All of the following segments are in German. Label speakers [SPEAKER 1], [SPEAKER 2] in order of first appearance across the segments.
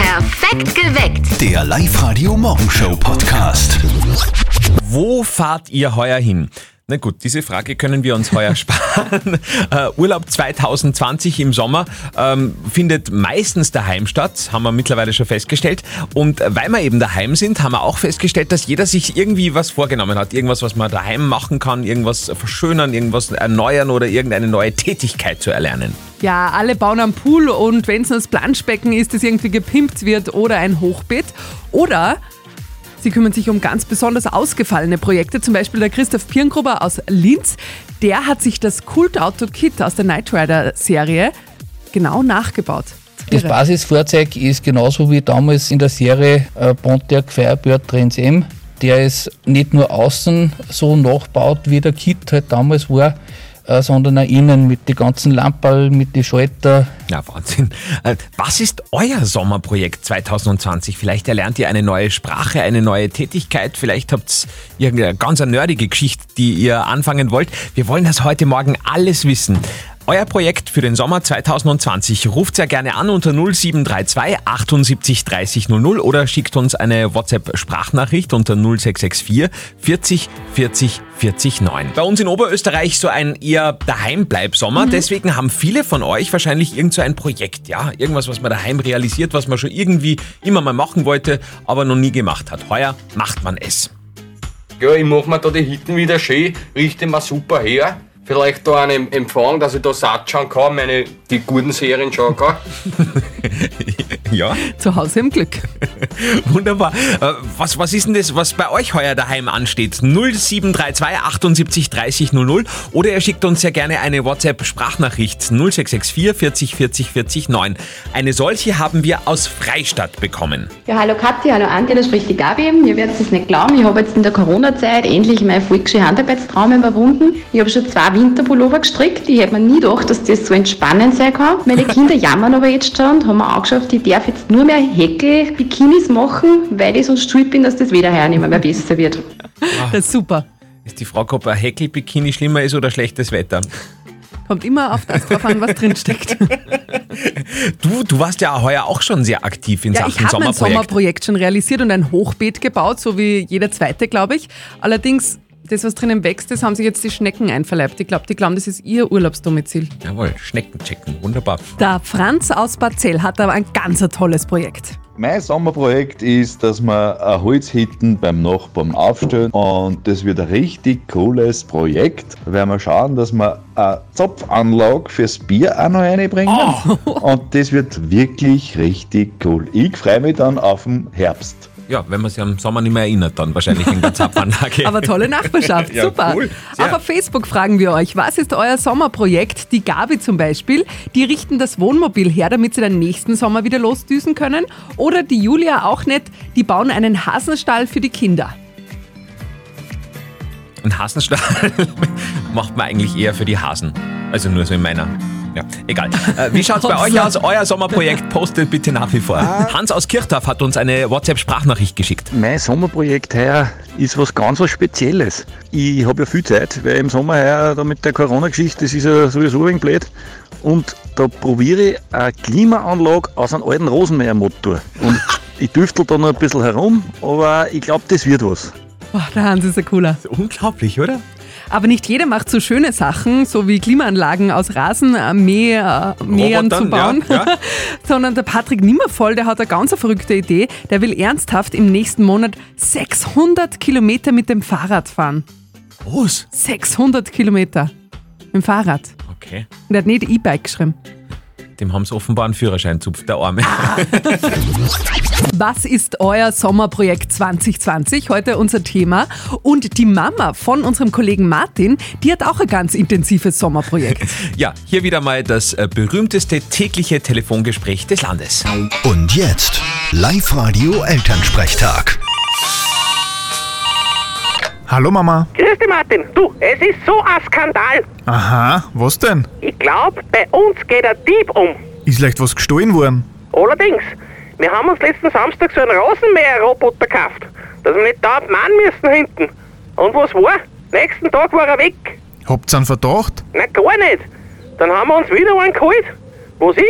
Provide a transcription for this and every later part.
[SPEAKER 1] Perfekt geweckt.
[SPEAKER 2] Der Live-Radio Morgenshow Podcast.
[SPEAKER 3] Wo fahrt ihr heuer hin? Na gut, diese Frage können wir uns heuer sparen. Äh, Urlaub 2020 im Sommer ähm, findet meistens daheim statt, haben wir mittlerweile schon festgestellt. Und weil wir eben daheim sind, haben wir auch festgestellt, dass jeder sich irgendwie was vorgenommen hat. Irgendwas, was man daheim machen kann, irgendwas verschönern, irgendwas erneuern oder irgendeine neue Tätigkeit zu erlernen.
[SPEAKER 4] Ja, alle bauen am Pool und wenn es nur das Planschbecken ist, das irgendwie gepimpt wird oder ein Hochbett. Oder sie kümmern sich um ganz besonders ausgefallene Projekte. Zum Beispiel der Christoph Pirngruber aus Linz. Der hat sich das Kultauto Kit aus der Knight Rider Serie genau nachgebaut.
[SPEAKER 5] Das
[SPEAKER 4] Irre.
[SPEAKER 5] Basisfahrzeug ist genauso wie damals in der Serie äh, Pontiac Firebird Trans M. Der ist nicht nur außen so nachbaut, wie der Kit halt damals war, äh, sondern auch innen mit den ganzen Lamperl, mit den Schalter.
[SPEAKER 3] Ja, Wahnsinn. Äh, Was ist euer Sommerprojekt 2020? Vielleicht erlernt ihr eine neue Sprache, eine neue Tätigkeit. Vielleicht habt ihr irgendeine ganz eine nerdige Geschichte, die ihr anfangen wollt. Wir wollen das heute Morgen alles wissen. Euer Projekt für den Sommer 2020 ruft sehr gerne an unter 0732 78 30 00 oder schickt uns eine WhatsApp-Sprachnachricht unter 0664 40 40 40 9. Bei uns in Oberösterreich so ein eher Daheimbleib-Sommer. Deswegen haben viele von euch wahrscheinlich irgend so ein Projekt, ja, irgendwas, was man daheim realisiert, was man schon irgendwie immer mal machen wollte, aber noch nie gemacht hat. Heuer macht man es.
[SPEAKER 6] Gell, ich mach mir da die Hitten wieder schön, richte mir super her. Vielleicht da einen Empfang, dass ich da satt schauen kann, meine, die guten Serien schauen kann.
[SPEAKER 3] Ja,
[SPEAKER 4] Zu Hause im Glück.
[SPEAKER 3] Wunderbar. Äh, Was, was ist denn das, was bei euch heuer daheim ansteht? 0732 78 30 00 oder ihr schickt uns sehr gerne eine WhatsApp-Sprachnachricht 0664 40 40 40 9. Eine solche haben wir aus Freistadt bekommen.
[SPEAKER 7] Ja, hallo Kathi, hallo Andi, da spricht die Gabi. Ihr werdet es nicht glauben, ich habe jetzt in der Corona-Zeit endlich meinen volksschönen Handarbeitstraum überwunden. Ich habe schon zwei Winterpullover gestrickt. Ich hätte mir nie gedacht, dass das so entspannend sein kann. Meine Kinder jammern aber jetzt schon und haben mir angeschafft, ich darf jetzt nur mehr Häkel-Bikinis machen, weil ich sonst schuld bin, dass das Wiederher nicht mehr besser wird.
[SPEAKER 4] Das ist super.
[SPEAKER 3] Ist die Frage, ob ein Häkelbikini schlimmer ist oder schlechtes Wetter?
[SPEAKER 4] Kommt immer auf das drauf an, was drinsteckt.
[SPEAKER 3] Du, du warst ja heuer auch schon sehr aktiv in
[SPEAKER 4] Ja, ich
[SPEAKER 3] Sachen
[SPEAKER 4] habe mein
[SPEAKER 3] Sommerprojekt.
[SPEAKER 4] Sommerprojekt schon realisiert und ein Hochbeet gebaut, so wie jeder zweite, glaube ich. Allerdings, das, was drinnen wächst, das haben sich jetzt die Schnecken einverleibt. Ich glaube, die glauben, das ist ihr Urlaubsdomizil.
[SPEAKER 3] Jawohl, Schnecken checken, wunderbar.
[SPEAKER 4] Der Franz aus Bad Zell hat aber ein ganz ein tolles Projekt.
[SPEAKER 8] Mein Sommerprojekt ist, dass wir ein Holz hinten beim Nachbarn aufstellen und das wird ein richtig cooles Projekt. Werden wir schauen, dass wir eine Zopfanlage fürs Bier auch noch reinbringen und das wird wirklich richtig cool. Ich freue mich dann auf den Herbst.
[SPEAKER 3] Ja, wenn man sich am Sommer nicht mehr erinnert, dann wahrscheinlich in der Zapfanlage.
[SPEAKER 4] Aber tolle Nachbarschaft,
[SPEAKER 3] Ja,
[SPEAKER 4] super.
[SPEAKER 3] cool. Sehr.
[SPEAKER 4] Auch auf Facebook fragen wir euch, was ist euer Sommerprojekt? Die Gabi zum Beispiel, die richten das Wohnmobil her, damit sie dann nächsten Sommer wieder losdüsen können. Oder die Julia auch nicht, die bauen einen Hasenstall für die Kinder.
[SPEAKER 3] Ein Hasenstall macht man eigentlich eher für die Hasen. Also nur so in meiner. Ja, egal. Äh, wie schaut's bei euch aus? Euer Sommerprojekt postet bitte nach wie vor. Hans aus Kirchdorf hat uns eine WhatsApp-Sprachnachricht geschickt.
[SPEAKER 9] Mein Sommerprojekt heuer ist was ganz was Spezielles. Ich habe ja viel Zeit, weil im Sommer heuer da mit der Corona-Geschichte, das ist ja sowieso ein wenig blöd. Und da probiere ich eine Klimaanlage aus einem alten Rosenmeermotor. Und ich düftel da noch ein bisschen herum, aber ich glaube, das wird was.
[SPEAKER 4] Boah, der Hans ist ein cooler.
[SPEAKER 3] Unglaublich, oder?
[SPEAKER 4] Aber nicht jeder macht so schöne Sachen, so wie Klimaanlagen aus Rasenmähern Mähern zu
[SPEAKER 3] Robotern,
[SPEAKER 4] bauen,
[SPEAKER 3] ja, ja.
[SPEAKER 4] sondern der Patrick Nimmervoll, der hat eine ganz verrückte Idee. Der will ernsthaft im nächsten Monat 600 Kilometer mit dem Fahrrad fahren.
[SPEAKER 3] Groß.
[SPEAKER 4] 600 Kilometer mit dem Fahrrad.
[SPEAKER 3] Okay.
[SPEAKER 4] Und er hat nicht E-Bike geschrieben.
[SPEAKER 3] Dem haben sie offenbar einen Führerschein zupft, der Arme.
[SPEAKER 4] Was ist euer Sommerprojekt 2020? Heute unser Thema. Und die Mama von unserem Kollegen Martin, die hat auch ein ganz intensives Sommerprojekt.
[SPEAKER 3] Ja, hier wieder mal das äh, berühmteste tägliche Telefongespräch des Landes.
[SPEAKER 2] Und jetzt Live-Radio Elternsprechtag.
[SPEAKER 10] Hallo Mama.
[SPEAKER 11] Grüß dich, Martin. Du, es ist so ein Skandal.
[SPEAKER 10] Aha, was denn?
[SPEAKER 11] Ich glaube, bei uns geht ein Dieb um.
[SPEAKER 10] Ist leicht was gestohlen worden?
[SPEAKER 11] Allerdings, wir haben uns letzten Samstag so einen Rasenmäher-Roboter gekauft, dass wir nicht dauernd mahnen müssen hinten. Und was war? Nächsten Tag war er weg.
[SPEAKER 10] Habt's einen Verdacht?
[SPEAKER 11] Na, gar nicht. Dann haben wir uns wieder einen geholt. Was ist?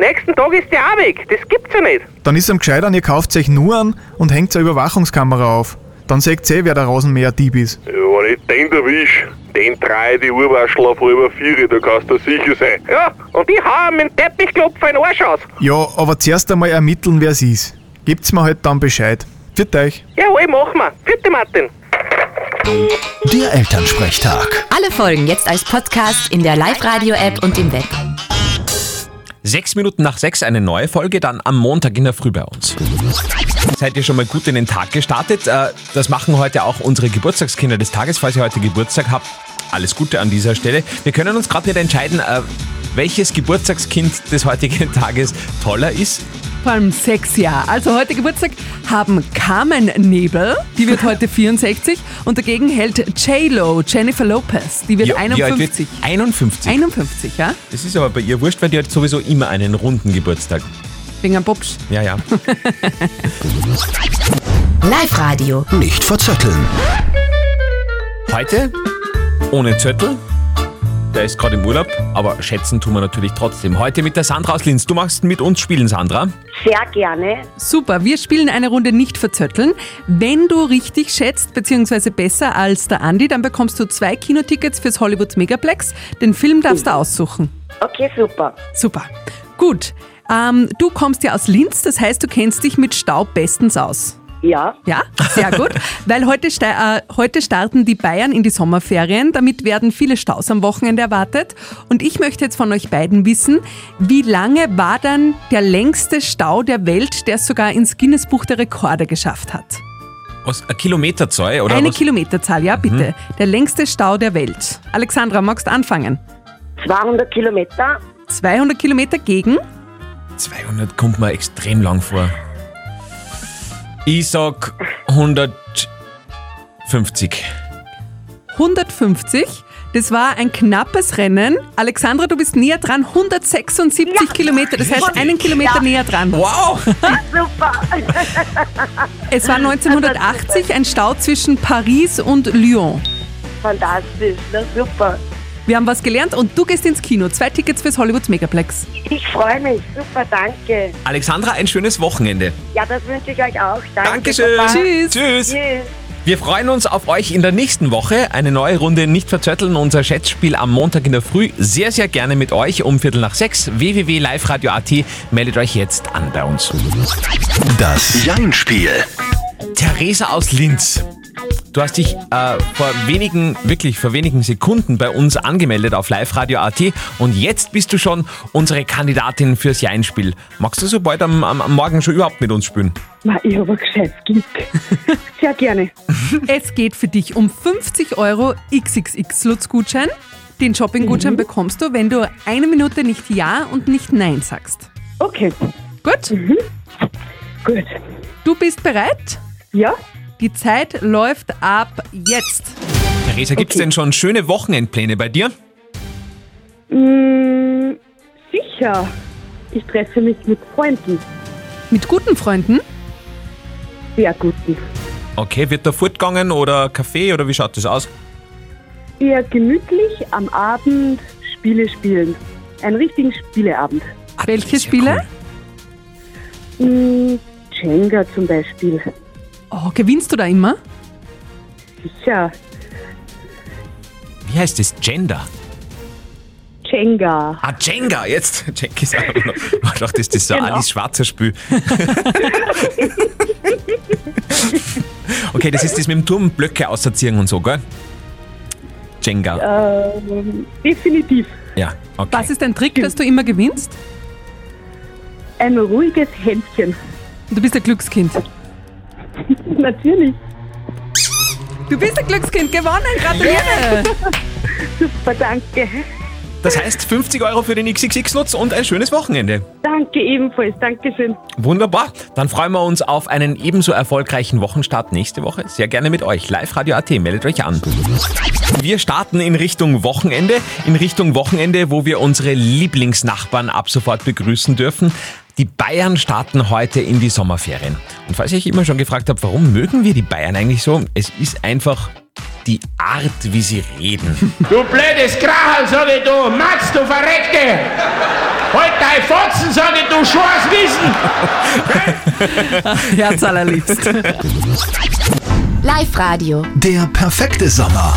[SPEAKER 11] Nächsten Tag ist die auch weg. Das gibt's ja nicht.
[SPEAKER 10] Dann ist am gescheitern, ihr kauft euch nur an und hängt eine Überwachungskamera auf. Dann seht ihr eh, wer der Rasenmäher-Dieb ist.
[SPEAKER 1] Ja, wenn ich den erwisch, den drei die Urwaschel auf halber Viere, da kannst du sicher sein.
[SPEAKER 11] Ja, und ich hau ihm mit dem Teppichklopfer in den Arsch aus.
[SPEAKER 10] Ja, aber zuerst einmal ermitteln, wer's ist. Gibt's mir halt dann Bescheid. Für euch.
[SPEAKER 11] Jawohl, machen wir. Vierte Martin.
[SPEAKER 2] Der Elternsprechtag.
[SPEAKER 12] Alle Folgen jetzt als Podcast in der Live-Radio-App und im Web.
[SPEAKER 3] Sechs Minuten nach sechs eine neue Folge, dann am Montag in der Früh bei uns. Seid ihr schon mal gut in den Tag gestartet? Äh, Das machen heute auch unsere Geburtstagskinder des Tages. Falls ihr heute Geburtstag habt, alles Gute an dieser Stelle. Wir können uns gerade nicht entscheiden, äh, welches Geburtstagskind des heutigen Tages toller ist.
[SPEAKER 4] Vor allem sechs Jahre. Also heute Geburtstag haben Carmen Nebel, die wird heute 64, und dagegen hält J-Lo, Jennifer Lopez, die wird
[SPEAKER 3] Ja, wie alt wird-
[SPEAKER 4] 51.
[SPEAKER 3] 51.
[SPEAKER 4] 51, ja?
[SPEAKER 3] Das ist aber bei ihr wurscht, weil die hat sowieso immer einen runden Geburtstag.
[SPEAKER 4] Wegen einem Bobsch.
[SPEAKER 3] Ja, ja.
[SPEAKER 12] Live-Radio.
[SPEAKER 2] Nicht verzetteln.
[SPEAKER 3] Heute ohne Zettel. Der ist gerade im Urlaub, aber schätzen tun wir natürlich trotzdem. Heute mit der Sandra aus Linz. Du machst mit uns spielen, Sandra.
[SPEAKER 13] Sehr gerne.
[SPEAKER 4] Super, wir spielen eine Runde nicht verzötteln. Wenn du richtig schätzt, beziehungsweise besser als der Andi, dann bekommst du zwei Kinotickets fürs Hollywood Megaplex. Den Film darfst du aussuchen.
[SPEAKER 13] Okay, super.
[SPEAKER 4] Super. Gut. Ähm, du kommst ja aus Linz, das heißt, du kennst dich mit Staub bestens aus.
[SPEAKER 13] Ja.
[SPEAKER 4] Ja, sehr gut. Weil heute, ste- äh, heute starten die Bayern in die Sommerferien. Damit werden viele Staus am Wochenende erwartet. Und ich möchte jetzt von euch beiden wissen, wie lange war dann der längste Stau der Welt, der es sogar ins Guinness-Buch der Rekorde geschafft hat?
[SPEAKER 3] Was, eine Kilometerzahl, oder?
[SPEAKER 4] Eine
[SPEAKER 3] was?
[SPEAKER 4] Kilometerzahl, ja, bitte. Der längste Stau der Welt. Alexandra, magst du anfangen?
[SPEAKER 13] 200 Kilometer.
[SPEAKER 4] 200 Kilometer gegen?
[SPEAKER 3] 200 kommt mir extrem lang vor. Ich sag 150.
[SPEAKER 4] 150. Das war ein knappes Rennen. Alexandra, du bist näher dran. 176 Kilometer, das heißt einen Kilometer näher dran.
[SPEAKER 3] Wow!
[SPEAKER 13] Super.
[SPEAKER 4] Es war 1980 ein Stau zwischen Paris und Lyon.
[SPEAKER 13] Fantastisch. Na, super.
[SPEAKER 4] Wir haben was gelernt und du gehst ins Kino. Zwei Tickets fürs Hollywood Megaplex.
[SPEAKER 13] Ich freue mich. Super, danke.
[SPEAKER 3] Alexandra, ein schönes Wochenende.
[SPEAKER 13] Ja, das wünsche ich euch auch. Danke.
[SPEAKER 3] Dankeschön.
[SPEAKER 13] Baba.
[SPEAKER 4] Tschüss.
[SPEAKER 3] Tschüss.
[SPEAKER 13] Tschüss.
[SPEAKER 3] Wir freuen uns auf euch in der nächsten Woche. Eine neue Runde nicht verzötteln. Unser Schätzspiel am Montag in der Früh. Sehr, sehr gerne mit euch um Viertel nach sechs. www.liveradio.at. Meldet euch jetzt an bei uns.
[SPEAKER 2] Das Jein-Spiel.
[SPEAKER 3] Theresa aus Linz. Du hast dich äh, vor wenigen, wirklich vor wenigen Sekunden bei uns angemeldet auf liveradio.at und jetzt bist du schon unsere Kandidatin fürs Jeinspiel. Magst du so bald am, am, am Morgen schon überhaupt mit uns spielen?
[SPEAKER 13] Ma, Ich habe ein gescheites Glück. Sehr gerne.
[SPEAKER 4] Es geht für dich um 50 Euro XXX-Lutz-Gutschein. Den Shopping-Gutschein
[SPEAKER 13] Mhm.
[SPEAKER 4] bekommst du, wenn du eine Minute nicht Ja und nicht Nein sagst.
[SPEAKER 13] Okay, Mhm.
[SPEAKER 4] Gut?
[SPEAKER 13] gut.
[SPEAKER 4] Du bist bereit?
[SPEAKER 13] Ja?
[SPEAKER 4] Die Zeit läuft ab jetzt.
[SPEAKER 3] Theresa, gibt es denn schon schöne Wochenendpläne bei dir?
[SPEAKER 13] Mm, sicher. Ich treffe mich mit Freunden.
[SPEAKER 4] Mit guten Freunden?
[SPEAKER 13] Sehr guten.
[SPEAKER 3] Okay, wird da fortgegangen oder Kaffee oder wie schaut das aus?
[SPEAKER 13] Eher gemütlich am Abend Spiele spielen. Einen richtigen Spieleabend.
[SPEAKER 3] Ah,
[SPEAKER 4] Welche Spiele?
[SPEAKER 13] Mm, Jenga zum Beispiel.
[SPEAKER 4] Oh, gewinnst du da immer?
[SPEAKER 13] Sicher.
[SPEAKER 3] Wie heißt das? Gender?
[SPEAKER 13] Jenga.
[SPEAKER 3] Ah, Jenga, jetzt. Jenga ist auch noch. Ich dachte, das ist das so
[SPEAKER 13] Genau.
[SPEAKER 3] Alice Schwarzer Spiel. okay, das ist das mit dem Turm, Blöcke auserziehen und so, gell? Jenga.
[SPEAKER 13] Ähm, definitiv.
[SPEAKER 3] Ja, okay.
[SPEAKER 4] Was ist dein Trick, dass du immer gewinnst?
[SPEAKER 13] Ein ruhiges Händchen.
[SPEAKER 4] Du bist ein Glückskind.
[SPEAKER 13] Natürlich.
[SPEAKER 4] Du bist ein Glückskind, gewonnen, gratuliere!
[SPEAKER 13] Super, danke.
[SPEAKER 3] Das heißt 50 Euro für den XXX-Nutz und ein schönes Wochenende.
[SPEAKER 13] Danke ebenfalls. Dankeschön.
[SPEAKER 3] Wunderbar. Dann freuen wir uns auf einen ebenso erfolgreichen Wochenstart nächste Woche. Sehr gerne mit euch. Live Radio AT, meldet euch an. Wir starten in Richtung Wochenende. In Richtung Wochenende, wo wir unsere Lieblingsnachbarn ab sofort begrüßen dürfen. Die Bayern starten heute in die Sommerferien. Und falls ihr euch immer schon gefragt habt, warum mögen wir die Bayern eigentlich so? Es ist einfach die Art, wie sie reden.
[SPEAKER 14] Du blödes Kracherl, sag ich du, Max, du Verreckte! Halt dein Fotzen, sag ich du, Schwarz wissen!
[SPEAKER 4] Herz allerliebst.
[SPEAKER 12] Live-Radio.
[SPEAKER 2] Der perfekte Sommer.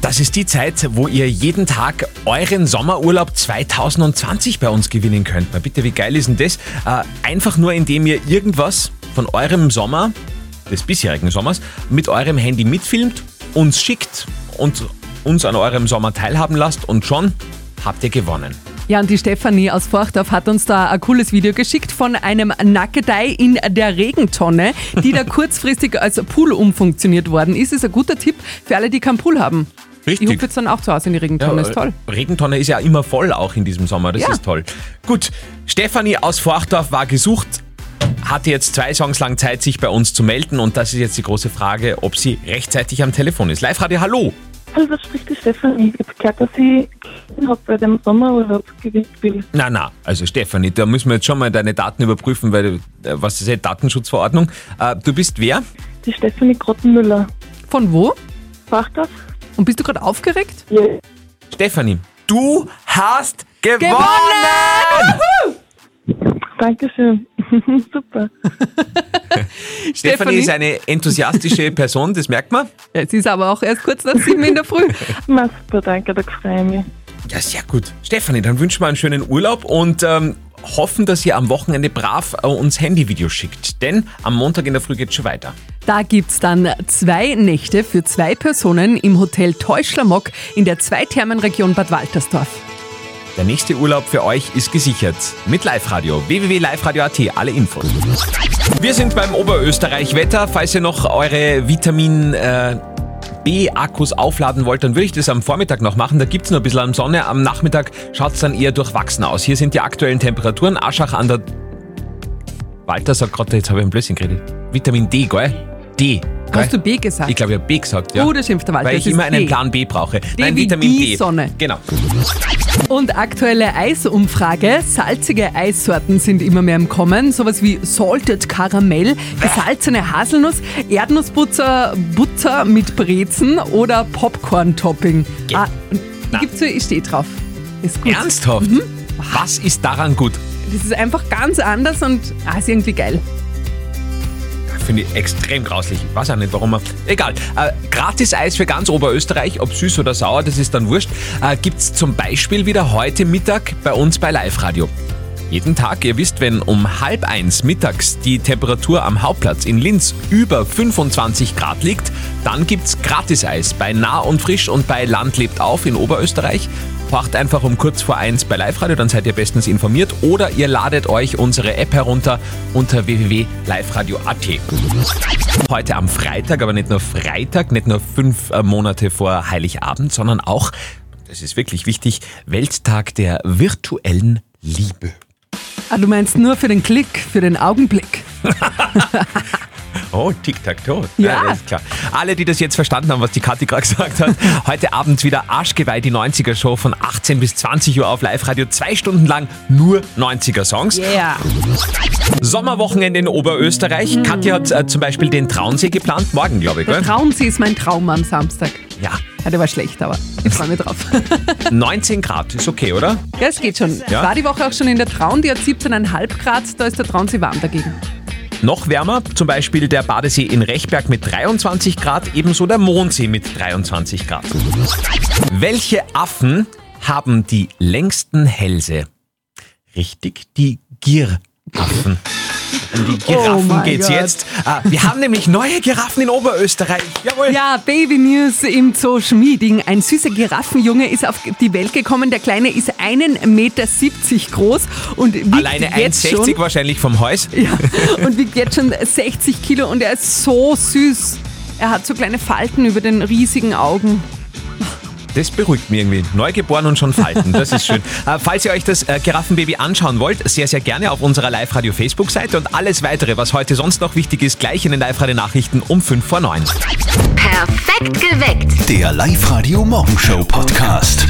[SPEAKER 3] Das ist die Zeit, wo ihr jeden Tag euren Sommerurlaub 2020 bei uns gewinnen könnt. Na bitte, wie geil ist denn das? Äh, einfach nur, indem ihr irgendwas von eurem Sommer, des bisherigen Sommers, mit eurem Handy mitfilmt, uns schickt und uns an eurem Sommer teilhaben lasst und schon habt ihr gewonnen.
[SPEAKER 4] Ja, und die Stefanie aus Forchdorf hat uns da ein cooles Video geschickt von einem Nackedei in der Regentonne, die da kurzfristig als Pool umfunktioniert worden ist. Ist ein guter Tipp für alle, die keinen Pool haben.
[SPEAKER 3] Richtig.
[SPEAKER 4] Ich hupfe jetzt dann auch zu Hause in die Regentonne, ist toll.
[SPEAKER 3] äh, Regentonne ist ja immer voll auch in diesem Sommer, das
[SPEAKER 4] Ja.
[SPEAKER 3] ist toll. Gut, Stefanie aus Forchdorf war gesucht, hatte jetzt zwei Songs lang Zeit, sich bei uns zu melden und das ist jetzt die große Frage, ob sie rechtzeitig am Telefon ist. Live-Radio, hallo!
[SPEAKER 15] Hallo, das spricht die Stefanie. Ich habe gehört, dass ich gewonnen habe bei dem Sommerurlaub gewinnt will.
[SPEAKER 3] Na, na, also Stefanie, da müssen wir jetzt schon mal deine Daten überprüfen, weil, äh, was ist das, Datenschutzverordnung? Äh, du bist wer?
[SPEAKER 15] Die Stefanie Grottenmüller.
[SPEAKER 4] Von wo?
[SPEAKER 15] Fachtag.
[SPEAKER 4] Und bist du gerade aufgeregt?
[SPEAKER 15] Ja.
[SPEAKER 3] Stefanie, du hast gewonnen!
[SPEAKER 15] Dankeschön. Super.
[SPEAKER 3] Stefanie, ist eine enthusiastische Person, das merkt man.
[SPEAKER 4] Es ist aber auch erst kurz nach sieben in der Früh.
[SPEAKER 15] Na, super, danke, da freue ich mich.
[SPEAKER 3] Ja, sehr gut. Stefanie, dann wünschen wir einen schönen Urlaub und ähm, hoffen, dass ihr am Wochenende brav äh, uns Handyvideos schickt. Denn am Montag in der Früh geht's schon weiter.
[SPEAKER 4] Da gibt's dann zwei Nächte für zwei Personen im Hotel Teuschlermock in der Zweithermenregion Bad Waltersdorf.
[SPEAKER 3] Der nächste Urlaub für euch ist gesichert. Mit Live-Radio. www.liveradio.at. Alle Infos. Wir sind beim Oberösterreich-Wetter. Falls ihr noch eure Vitamin... Äh, B-Akkus aufladen wollt, dann würde ich das am Vormittag noch machen. Da gibt's noch ein bisschen an Sonne. Am Nachmittag schaut's dann eher durchwachsen aus. Hier sind die aktuellen Temperaturen. Aschach an der Walter sagt gerade, jetzt habe ich einen Blödsinn geredet. Vitamin D, gell? D. Gell?
[SPEAKER 4] Hast du B gesagt?
[SPEAKER 3] Ich glaube, ich habe B gesagt, ja.
[SPEAKER 4] Oh, das schimpft der Walter,
[SPEAKER 3] Weil
[SPEAKER 4] es
[SPEAKER 3] ich
[SPEAKER 4] ist
[SPEAKER 3] immer einen
[SPEAKER 4] D.
[SPEAKER 3] Plan B brauche. Nein,
[SPEAKER 4] wie
[SPEAKER 3] Vitamin
[SPEAKER 4] die
[SPEAKER 3] D.
[SPEAKER 4] Sonne.
[SPEAKER 3] Genau.
[SPEAKER 4] Und aktuelle Eisumfrage. Salzige Eissorten sind immer mehr im Kommen. Sowas wie Salted Karamell, gesalzene Haselnuss, Erdnussbutter Butter mit Brezen oder Popcorn-Topping. Ah, gibt's so, ich stehe drauf. Ist gut.
[SPEAKER 3] Ernsthaft? Was ist daran gut?
[SPEAKER 4] Das ist einfach ganz anders und ah, ist irgendwie geil.
[SPEAKER 3] Finde ich extrem grauslich. Ich weiß auch nicht, warum man. Egal. Äh, Gratis-Eis für ganz Oberösterreich, ob süß oder sauer, das ist dann wurscht. Äh, Gibt es zum Beispiel wieder heute Mittag bei uns bei Live Radio. Jeden Tag, ihr wisst, wenn um halb eins mittags die Temperatur am Hauptplatz in Linz über 25 Grad liegt, dann gibt's Gratis-Eis bei Nah und Frisch und bei Land lebt auf in Oberösterreich. Wacht einfach um kurz vor eins bei Live-Radio, dann seid ihr bestens informiert. Oder ihr ladet euch unsere App herunter unter www.liveradio.at. Heute am Freitag, aber nicht nur Freitag, nicht nur fünf äh, Monate vor Heiligabend, sondern auch, das ist wirklich wichtig, Welttag der virtuellen Liebe.
[SPEAKER 4] Ah, du meinst nur für den Klick, für den Augenblick.
[SPEAKER 3] Oh, Tic-Tac-Toe.
[SPEAKER 4] Ja.
[SPEAKER 3] alles klar. Alle, die das jetzt verstanden haben, was die Kathi gerade gesagt hat, heute Abend wieder Arschgeweih, die 90er-Show von 18 bis 20 Uhr auf Live-Radio. Zwei Stunden lang nur 90er-Songs.
[SPEAKER 4] Yeah.
[SPEAKER 3] Sommerwochenende in Oberösterreich. Katja hat äh, zum Beispiel den Traunsee geplant. Morgen, glaube ich,
[SPEAKER 4] Der
[SPEAKER 3] gell?
[SPEAKER 4] Traunsee ist mein Traum am Samstag.
[SPEAKER 3] Ja.
[SPEAKER 4] Ja, der war schlecht, aber ich freue mich drauf.
[SPEAKER 3] 19 Grad, ist okay, oder?
[SPEAKER 4] Ja, es geht schon.
[SPEAKER 3] Ja.
[SPEAKER 4] War die Woche auch schon in der Traun, die hat 17,5 Grad, da ist der Traunsee warm dagegen.
[SPEAKER 3] Noch wärmer, zum Beispiel der Badesee in Rechberg mit 23 Grad, ebenso der Mondsee mit 23 Grad. Welche Affen haben die längsten Hälse? Richtig, die Gieraffen. Um die Giraffen
[SPEAKER 4] Oh mein
[SPEAKER 3] geht's
[SPEAKER 4] Gott.
[SPEAKER 3] jetzt. Ah, wir haben nämlich neue Giraffen in Oberösterreich. Jawohl.
[SPEAKER 4] Ja, Baby News im Zoo Schmieding. Ein süßer Giraffenjunge ist auf die Welt gekommen. Der Kleine ist 1,70 Meter groß und wiegt
[SPEAKER 3] Alleine
[SPEAKER 4] jetzt schon
[SPEAKER 3] 1,60 wahrscheinlich vom Häus.
[SPEAKER 4] und wiegt jetzt schon 60 Kilo und er ist so süß. Er hat so kleine Falten über den riesigen Augen.
[SPEAKER 3] Das beruhigt mich irgendwie. Neugeboren und schon Falten, das ist schön. Äh, falls ihr euch das äh, Giraffenbaby anschauen wollt, sehr, sehr gerne auf unserer Live-Radio-Facebook-Seite und alles weitere, was heute sonst noch wichtig ist, gleich in den Live-Radio-Nachrichten um 5 vor 9.
[SPEAKER 12] Perfekt geweckt.
[SPEAKER 2] Der Live-Radio Morgenshow Podcast.